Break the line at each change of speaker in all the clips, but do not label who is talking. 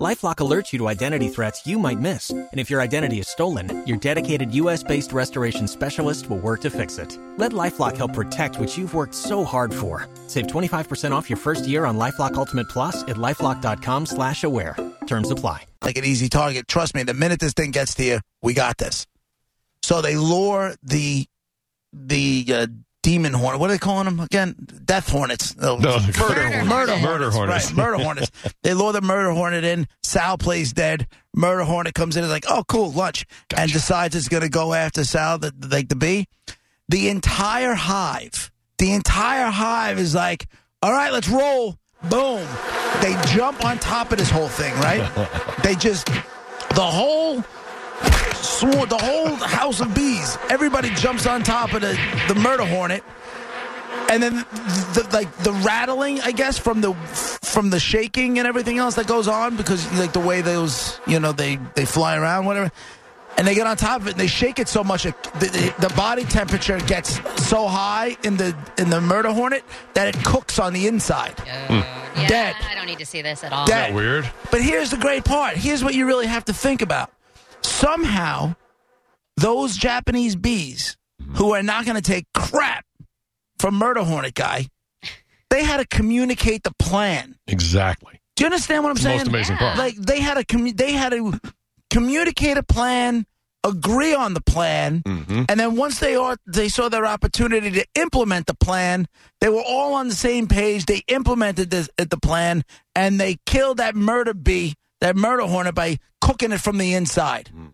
LifeLock alerts you to identity threats you might miss, and if your identity is stolen, your dedicated U.S.-based restoration specialist will work to fix it. Let LifeLock help protect what you've worked so hard for. Save 25% off your first year on LifeLock Ultimate Plus at lifeLock.com/slash-aware. Terms apply.
like an easy target. Trust me, the minute this thing gets to you, we got this. So they lure the the uh, demon hornet. What are they calling them again? Death hornets. No,
No,
murder,
murder
hornets.
hornets.
murder hornets.
Murder hornets.
Right, murder hornets. They lure the murder hornet in. Sal plays dead. Murder hornet comes in and is like, oh, cool, lunch, and decides it's going to go after Sal, the, like the bee. The entire hive, the entire hive is like, all right, let's roll. Boom. They jump on top of this whole thing, right? they just, the whole swore the whole house of bees. Everybody jumps on top of the, the murder hornet, and then the, like the rattling, I guess, from the from the shaking and everything else that goes on because like the way those you know they they fly around whatever. And they get on top of it, and they shake it so much, it, the, the the body temperature gets so high in the in the murder hornet that it cooks on the inside.
Yeah,
Hmm. Dead.
I don't need to see this at all.
Dead.
Isn't that weird?
But here's the great part. Here's what you really have to think about. Somehow, those Japanese bees who are not going to take crap from Murder Hornet Guy, they had to communicate the plan.
Exactly.
Do you understand what I'm
It's the
saying?
most amazing part.
Like they had to commu- they had to communicate a plan, agree on the plan,
Mm-hmm.
and then once they are, they saw their opportunity to implement the plan, they were all on the same page. They implemented this, uh, the plan, and they killed that murder bee, that murder hornet, by cooking it from the inside.
Mm.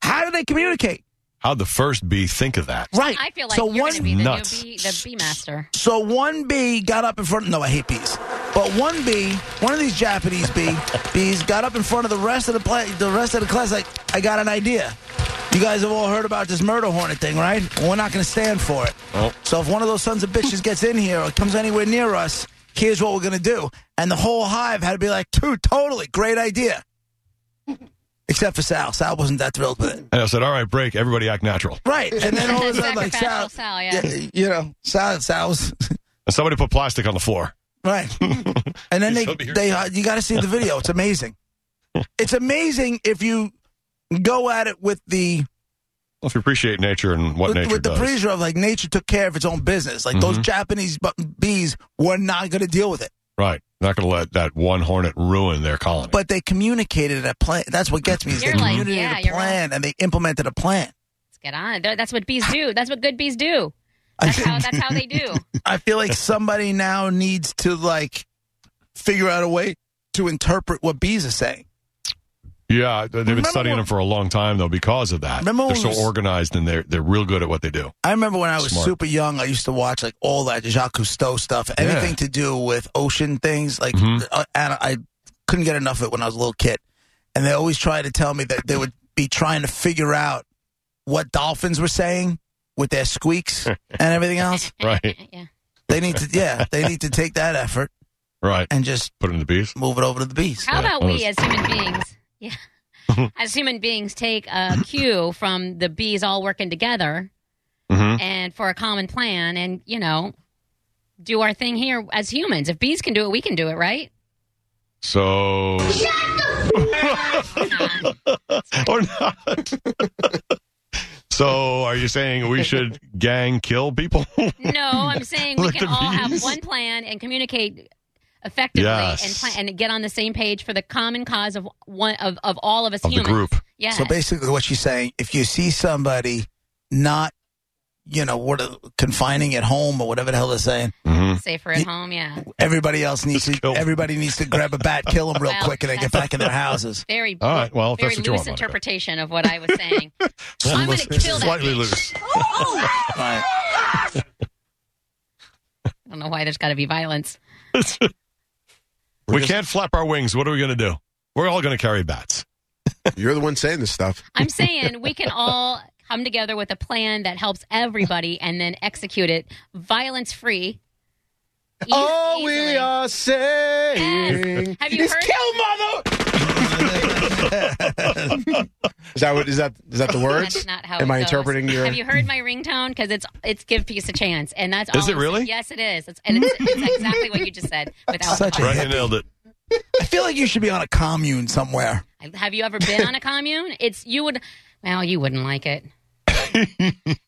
How do they communicate?
How'd the first bee think of that?
Right.
I feel like
so
you're
one
going to be the
Nuts.
new bee, the bee master.
So one bee got up in front. No, I hate bees. But one bee, one of these Japanese bee bees, got up in front of the rest of the pla- the rest of the class. Like, I got an idea. You guys have all heard about this murder hornet thing, right? Well, we're not going to stand for it.
Oh.
So if one of those sons of bitches gets in here or comes anywhere near us, here's what we're going to do. And the whole hive had to be like, dude, totally great idea. Except for Sal. Sal wasn't that thrilled with it.
And I said, all right, break. Everybody act natural.
Right. And then all of a sudden, like, Sal,
Sacrificial Sal, yeah.
yeah, you know, Sal, Sal was
And somebody put plastic on the floor.
Right. and then
He's
they,
over here.
they uh, you got to see the video. It's amazing. it's amazing if you go at it with the
Well, if you appreciate nature and what
with,
nature
with the
does. Mm-hmm.
pressure of like nature took care of its own business. Like those Japanese bu- bees were not going to deal with it,
right. Not going to let that one hornet ruin their colony.
but they communicated a plan. That's what gets me. Is they
You're like,
communicated
yeah,
a
you're
plan and they implemented a plan.
Let's get on. it. That's what bees do. That's what good bees do.
I
That's
feel,
how. That's how they do.
I feel like somebody now needs to like figure out a way to interpret what bees are saying.
yeah, they've been
Remember
studying
when-
them for a long time, though, because of that.
Remember when
They're
we
so
was-
organized and they're, they're real good at what they do.
I remember when I was
Smart.
super young, I used to watch like all that Jacques Cousteau stuff, anything to do with ocean things. Like,
Mhm.
uh, and I couldn't get enough of it when I was a little kid. And they always tried to tell me that they would be trying to figure out what dolphins were saying with their squeaks and everything else.
Right.
yeah.
They need to, yeah, they need to take that effort
Right.
and just
Put it in the bees.
move it over to the bees.
How
Yeah,
about
that
we
was-
as human beings? Yeah. as human beings, take a cue from the bees all working together
Mhm.
and for a common plan, and you know, do our thing here as humans. If bees can do it, we can do it, right?
So.
Nah.
or not. so, are you saying we should gang kill people?
no, I'm saying we
Let
can
the
all have
bees-
one plan and communicate effectively
Yes.
and plan and get on the same page for the common cause of one of, of all of us
of the
humans.
group.
Yeah.
So basically, what she's saying, if you see somebody not, you know, what uh, confining at home or whatever the hell they're saying,
Mhm.
Safer at home, yeah.
Everybody else needs
Just
to.
kill 'em.
Everybody needs to grab a bat, kill them real
Well,
quick, and then get back in their houses.
Very
All right, well, if
very
that's what you
loose
want, Monica.
interpretation of what I was saying.
Well,
I'm gonna
let's-
kill that
Slightly
bitch.
loose.
Right.
I don't know why there's got to be violence.
we can't flap our wings. What are we going to do? We're all going to carry bats.
You're the one saying this stuff.
I'm saying we can all come together with a plan that helps everybody and then execute it violence free.
Oh,
All we are saying
Have you
is
heard-
kill mother. Is that what is that is that the words?
That's not how.
Am
it
I
goes.
interpreting your?
Have you heard my ringtone? Because it's it's give peace a chance, and that's
Is
all
it
I'm
really?
saying. Yes, it is. It's, and it's, it's exactly what you just said. Without
Such a
Right,
hippie.
you nailed it.
I feel like you should be on a commune somewhere.
have you ever been on a commune? It's you would. Well, you wouldn't like it.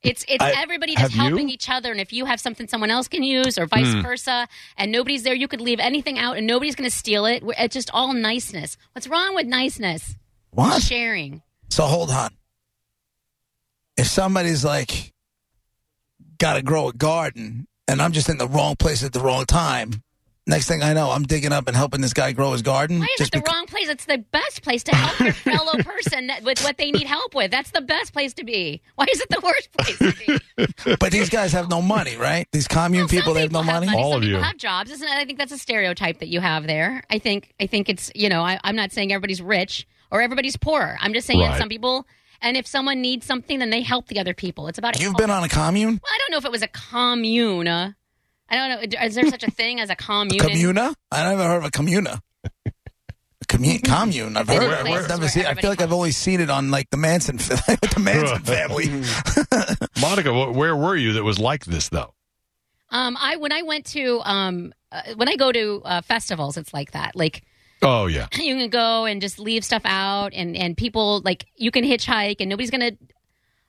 it's it's everybody just
have you?
helping each other, and if you have something someone else can use, or vice versa, and nobody's there, you could leave anything out, and nobody's going to steal it. We're- It's just all niceness. What's wrong with niceness?
What?
Sharing.
So hold on. If somebody's like, got to grow a garden, and I'm just in the wrong place at the wrong time, next thing I know, I'm digging up and helping this guy grow his garden.
Why is it
just
the
becau-
wrong place? It's the best place to help your fellow person that, with what they need help with. That's the best place to be. Why is it the worst place to be?
but these guys have no money, right? These commune
Well, some
people, they have no money.
money. All
Some
of
people
you.
have jobs. Isn't it? I think that's a stereotype that you have there. I think I think it's you know I, I'm not saying everybody's rich or everybody's poor. I'm just saying
Right.
some people. And if someone needs something, then they help the other people. It's about
You've been on a commune?
Well, I don't know if it was a commune. uh, I don't know. Is there such a thing as a commune?
Communa? I never heard of a communa. A commu- commune. I've
They're
heard.
the
of it.
places
I've never
where
seen. I feel like I've
everybody
only seen it on like the Manson, fa- with the Manson family.
Mm-hmm. Monica, wh- where were you that was like this, though?
Um, I when I went to um, uh, when I go to uh, festivals, it's like that. Like
Oh, yeah.
you can go and just leave stuff out and and people like you can hitchhike and nobody's gonna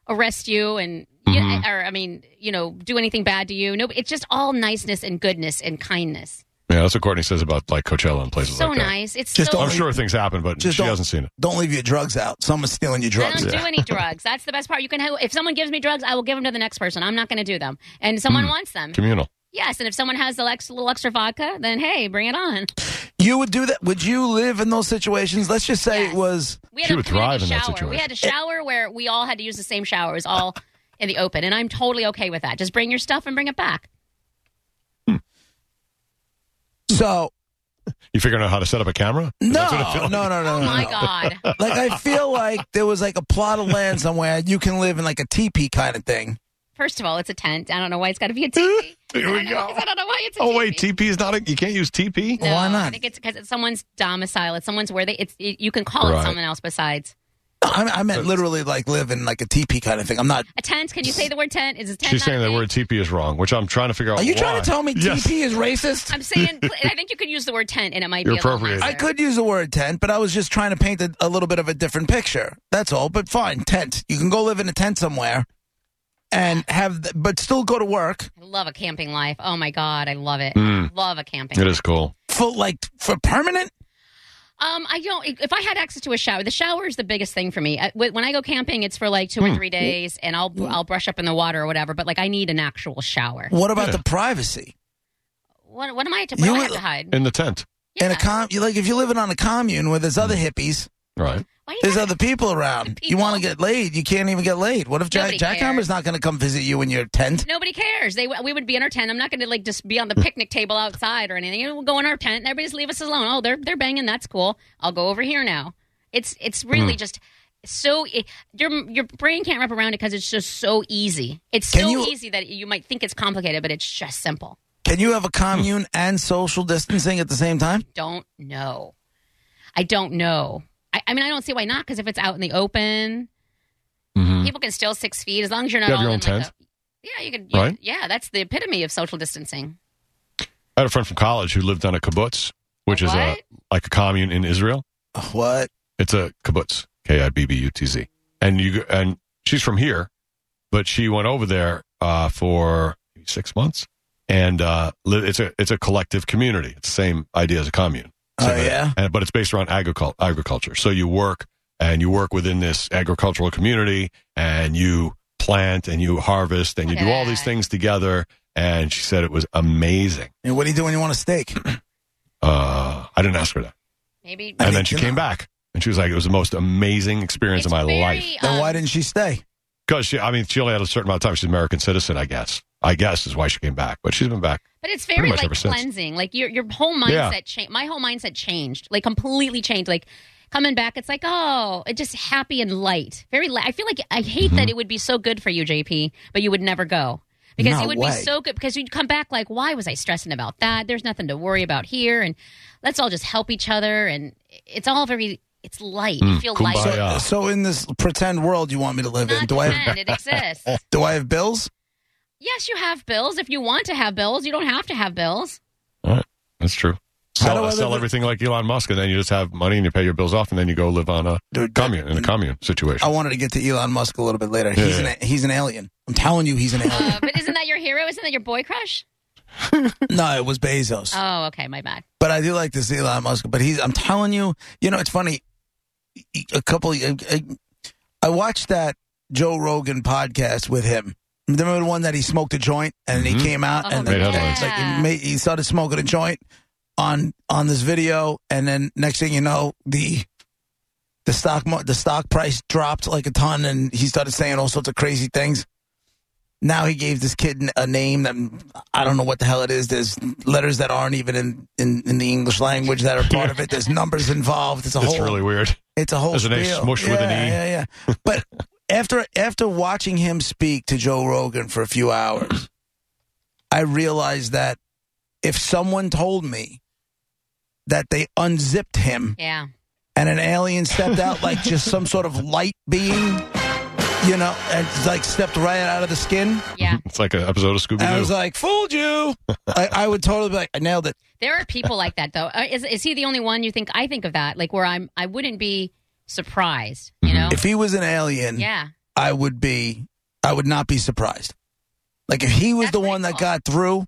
arrest you and you or i mean you know do anything bad to you no it's just all niceness and goodness and kindness
Yeah, that's what Courtney says about like Coachella and places
so
like that.
nice it's
Just
so
don't-
I'm sure things happen, but she
Just don't-
hasn't seen it.
Don't leave your drugs out. Someone's stealing your
I
drugs.
don't do any drugs. That's the best part. You can have, if someone gives me drugs, I will give them to the next person. I'm not going to do them. And someone wants them.
Communal.
Yes. And if someone has the ex, little extra vodka, then hey, bring it on.
You would do that. Would you live in those situations? Let's just say
Yes.
it was.
We had
She
a
would
community
thrive in that
shower. We
situation.
had a shower where we all had to use the same shower. It was all in the open, and I'm totally okay with that. Just bring your stuff and bring it back.
So
You figuring out how to set up a camera?
no,
That's what I feel
no, no,
like.
no, no.
Oh my
no.
god!
Like I feel like there was like a plot of land somewhere. You can live in like a teepee kind of thing.
First of all, it's a tent. I don't know why it's got to be a TV.
Here we go.
I don't know why it's. A
Oh, wait,
TV.
TP is not a. You can't use TP?
No,
Why not?
I think it's because it's someone's domicile. It's someone's where they. It's it, you can call
Right.
it someone else besides
I, I meant literally like live in like a teepee kind of thing. I'm not.
a tent. Can you say the word tent? Is a tent?
She's
not
saying
a
that
thing?
word TP is wrong, which I'm trying to figure out
Are you
why.
trying to tell me
Yes.
teepee is racist?
I'm saying. I think you could use the word tent, and it might
You're
be a little
appropriate.
nicer.
I could use the word tent, but I was just trying to paint a, a little bit of a different picture. That's all. But fine, tent. You can go live in a tent somewhere, and have, th- but still go to work
I love a camping life. Oh my god, I love it.
Hmm.
Love a camping.
It is cool.
for like for permanent.
Um, I don't. If I had access to a shower, the shower is the biggest thing for me. I- wh- When I go camping, it's for like two
Hmm.
or three days, and I'll I'll brush up in the water or whatever. But like, I need an actual shower.
What about
Yeah.
the privacy?
What what am I to? What
You
do I
would-
have to hide?
In the tent.
In a
Yeah.
com, you- like if you're living on a commune where there's other hippies,
Right.
Why do you
there's
have-
other people around. You
People.
want to get laid, you can't even get laid. What if Jack
Nobody
Jackhammer's
cares.
not going to come visit you in your tent?
Nobody cares. They we would be in our tent. I'm not going to like just be on the
Hmm.
picnic table outside or anything. You know, We'll go in our tent. and Everybody just leave us alone. Oh, they're they're banging. That's cool. I'll go over here now. It's it's
Hmm.
really just so it, your your brain can't wrap around it because it's just so easy. It's
Can
so
you-
easy that you might think it's complicated, but it's just simple.
Can you have a commune and social distancing at the same time?
don't know. I don't know. I, I mean, I don't see why not. Because if it's out in the open,
Mm-hmm.
Mhm.
people can still six feet as long as you're not
You have
all
your
in
own
like,
tent?
a- yeah, you could. You,
Right?
Yeah, that's the epitome of social distancing.
I had a friend from college who lived on a kibbutz, which is uh, a,
What?
like a commune in Israel.
What?
It's a kibbutz, K I B B U T Z. And you and she's from here, but she went over there uh, for six months, and uh, li- it's a it's a collective community. It's the same idea as a commune.
Oh,
Same idea.
yeah?
And, but it's based around agricul- agriculture. So you work and you work within this agricultural community, and you plant and you harvest and you
Look
do
at
all these
that.
things together. And she said it was amazing.
And what do you do when you want a steak?
Uh, I didn't ask her that.
Maybe
I
and
mean,
then she
you
came
know.
back and she was like, it was the most amazing experience
it's
of my
very,
life.
Then
um,
why didn't she stay?
Because she, I mean, she only had a certain amount of time. She's an American citizen, I guess. I guess is why she came back, but she's been back.
But it's
Pretty
very
much
like
ever since.
cleansing. Like your your whole mindset
Yeah.
changed. My whole mindset changed. Like completely changed. Like coming back, it's like oh, it just happy and light. Very. Light. I feel like I hate
Mm-hmm.
that it would be so good for you, JP, but you would never go because
No
it would
way.
be so good because you'd come back like why was I stressing about that? There's nothing to worry about here, and let's all just help each other, and it's all very It's light.
Mm,
you feel
kumbaya.
light.
Yeah.
So in this pretend world you want me to live in,
Not
do I have,
pretend, it exists.
do I have bills?
Yes, you have bills. If you want to have bills, you don't have to have bills.
That's true.
How do
Sell,
I
sell
live-
everything like Elon Musk, and then you just have money and you pay your bills off, and then you go live on a
Dude,
commune in a commune situation.
I wanted to get to Elon Musk a little bit later.
Yeah,
he's
yeah.
an he's an alien. I'm telling you, he's an alien.
Uh, but isn't that your hero? Isn't that your boy crush?
no, it was Bezos.
Oh, okay, my bad.
But I do like this Elon Musk. But he's, I'm telling you, you know, it's funny. A couple, I, I- I watched that Joe Rogan podcast with him. Remember the one that he smoked a joint and
Mhm.
he came out and
Oh,
the-
Great
and
headlines.
it's like
yeah.
he, made, he started smoking a joint on on this video, and then next thing you know, the the stock mar- the stock price dropped like a ton, and he started saying all sorts of crazy things. Now he gave this kid a name that I don't know what the hell it is. There's letters that aren't even in, in, in the English language that are part of it. There's numbers involved. It's a
It's
whole
really weird.
it's a whole
There's an A
spiel.
smush
yeah,
with an E.
Yeah, yeah. But after after watching him speak to Joe Rogan for a few hours, I realized that if someone told me that they unzipped him
Yeah.
and an alien stepped out like just some sort of light being, you know, and like stepped right out of the skin,
Yeah.
It's like an episode of
I
Scooby
was
Doo.
like, fooled you. I, I would totally be like, I nailed it.
There are people like that though. Uh, Is is he the only one you think I think of that? Like where I'm I wouldn't be surprised, you
Mhm.
know?
Mm-hmm. If he was an alien,
yeah.
I would be, I would not be surprised. Like if he was
That's
the
pretty
one that
cool.
got through.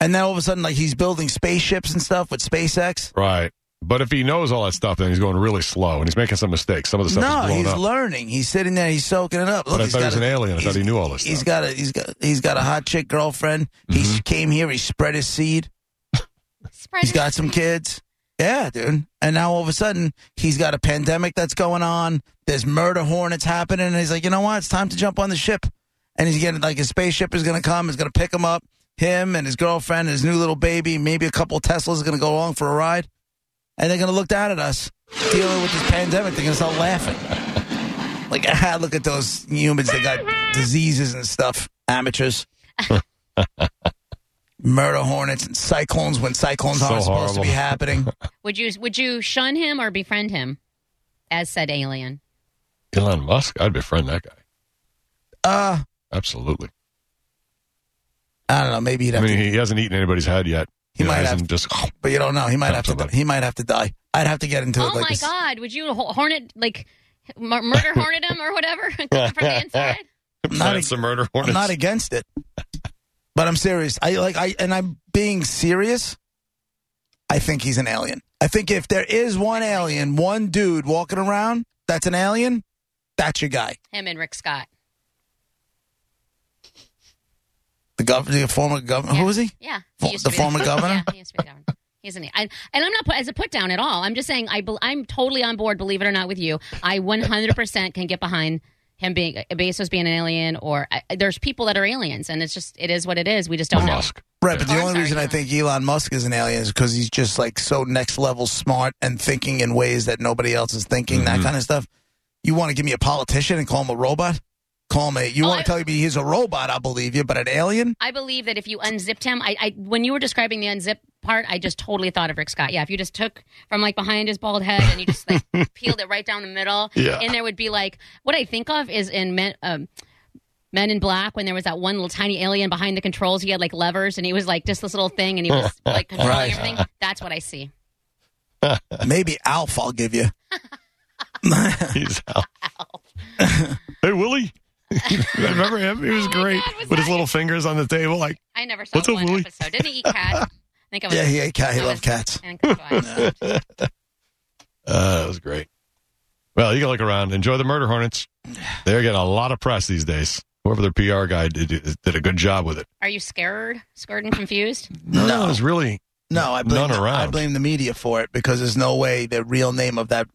And then all of a sudden, like he's building spaceships and stuff with SpaceX.
right. But if he knows all that stuff, then he's going really slow and he's making some mistakes. Some of the stuff
No,
is blown
he's
up.
learning. He's sitting there. He's soaking it up. Look,
but I
he's
thought he
got
was an
a,
alien. I thought
he's-
he knew all this
he's
stuff.
got a he's got he's got a hot chick girlfriend.
Mm-hmm.
He came here. He spread his seed.
Spread
He's
it.
got some kids. Yeah, dude. And now all of a sudden, he's got a pandemic that's going on. There's murder hornets happening, and he's like, you know what? It's time to jump on the ship. And he's getting like his spaceship is going to come. It's going to pick him up. Him and his girlfriend, and his new little baby, maybe a couple Teslas are going to go along for a ride, and they're going to look down at us dealing with this pandemic. They're going to start laughing. Like, ah, look at those humans. They got diseases and stuff. Amateurs. Murder hornets and cyclones when cyclones
So
aren't supposed to be
horrible.
happening.
Would you would you shun him or befriend him as said alien?
Elon Musk, I'd befriend that guy.
Uh,
Absolutely.
I don't know. Maybe he'd
I
have
mean,
to,
he hasn't eaten anybody's head yet.
He
You know,
might have
hasn't just.
but you don't know. He might
Not
have to.
so bad.
He might have to die. I'd have to get into it.
Oh
like
my
this.
god, would you ho- hornet like m- murder hornet him or whatever from the inside?
I'm not,
Plants the murder
I'm
hornets.
not against it, but I'm serious. I like. I and I'm being serious. I think he's an alien. I think if there is one alien, one dude walking around that's an alien, that's your guy.
Him and Rick Scott.
The governor, the former governor. Who is he?
Yeah,
Fo- the former governor?
Yeah, he used to be the governor. He's an, I, and I'm not put, as a put down at all. I'm just saying I bel I'm totally on board. Believe it or not, with you, I 100 percent can get behind him being Bezos being an alien. Or I, there's people that are aliens, and it's just it is what it is. We just don't know.
Musk.
Right, but the
Oh, I'm
only
sorry,
reason I
Elon.
think Elon Musk is an alien is because he's just like so next level smart and thinking in ways that nobody else is thinking, that kind of stuff. You want to give me a politician and call him a robot? Call me. You
Oh,
want
I-
to tell me he's a robot? I believe you, but an alien?
I believe that if you unzipped him, I, I when you were describing the unzip part, I just totally thought of Rick Scott. Yeah, if you just took from like behind his bald head and you just like peeled it right down the middle,
Yeah.
and there would be like what I think of is in men. Um, Men in Black, when there was that one little tiny alien behind the controls, he had like levers and he was like just this little thing and he was like controlling
Right.
everything. That's what I see.
Maybe Alf. I'll give you.
He's out. hey, Willie. Remember him? He was great
Oh God, was
with his
that-
little fingers on the table. Like,
I never saw
What's up,
one
Willie?
episode. Didn't he eat cat? I think I was.
Yeah, he ate cat. He
I
loved cats.
I think that's why.
uh, that was great. Well, you can look around. Enjoy the murder hornets. They're getting a lot of press these days. Whoever their PR guy did, did a good job with it.
Are you scared, scared and confused?
No,
No.
it was really.
No, I blame.
None
the, I
around.
blame the media for it because there's no way the real name of that.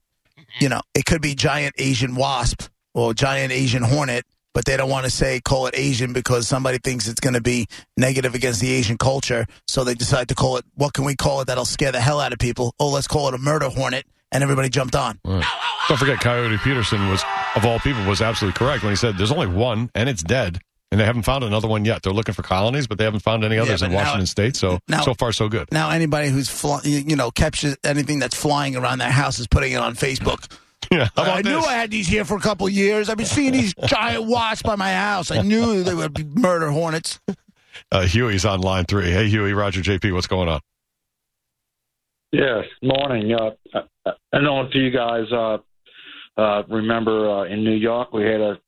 You know, it could be giant Asian wasp or giant Asian hornet, but they don't want to say call it Asian because somebody thinks it's going to be negative against the Asian culture. So they decide to call it. What can we call it that'll scare the hell out of people? Oh, let's call it a murder hornet, and everybody jumped on.
Don't forget, Coyote Peterson was, of all people, was absolutely correct when he said, "There's only one, and it's dead." and they haven't found another one yet. They're looking for colonies, but they haven't found any
Yeah,
others
but
in
now-
Washington State. So
now-
so far so good.
Now, anybody who's fly, you know captures anything that's flying around their house is putting it on Facebook.
Yeah, how about
I knew
this?
I had these here for a couple of years. I've been seeing these giant wasps by my house. I knew they would be murder hornets.
Uh, Huey's on line three. Hey, Huey, Roger, JP, what's going on?
Yes, morning. Uh, I- I I don't know if you guys uh, uh, remember uh, in New York we had a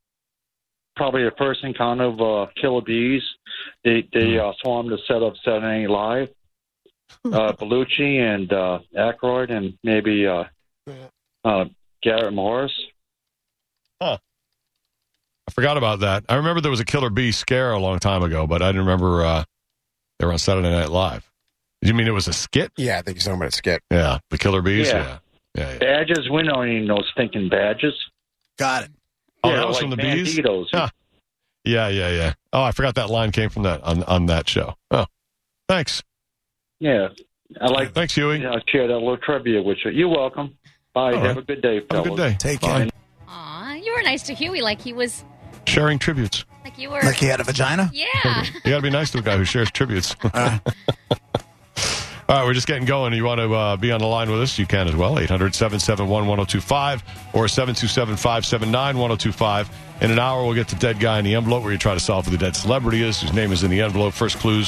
probably a first encounter of uh, killer bees. They
Hmm.
they uh, swarmed the set of Saturday Night Live. Uh, Bellucci and uh, Aykroyd and maybe uh, uh, Garrett Morris.
I forgot about that. I remember there was a killer bee scare a long time ago, but I didn't remember uh, they were on Saturday Night Live. You mean it was a skit?
Yeah, I think he's talking about a skit.
Yeah, the killer bees. Yeah, yeah.
Yeah.
yeah,
Badges. We don't need no stinking badges.
Got it.
Oh,
yeah,
that was
like
from the bees.
Banditos.
Huh. Yeah, yeah, yeah. Oh, I forgot that line came from that on on that show. Oh, thanks,
Yeah, I like.
thanks, Huey.
Yeah, share that little trivia with you. You're welcome. Bye.
All
Have
right.
a good day,
Have
fellas.
a good day.
Take
Bye.
it.
Aw, you were nice to Huey, like he was,
Sharing tributes.
like you were.
Like he had a vagina.
yeah.
You got to be nice to a guy who shares tributes. All
right.
right, we're just getting going. You want to uh, be on the line with us? You can as well. 800 771 1025 or 727 579 1025. In an hour, we'll get to Dead Guy in the Envelope, where you try to solve who the dead celebrity is, whose name is in the envelope. First clues.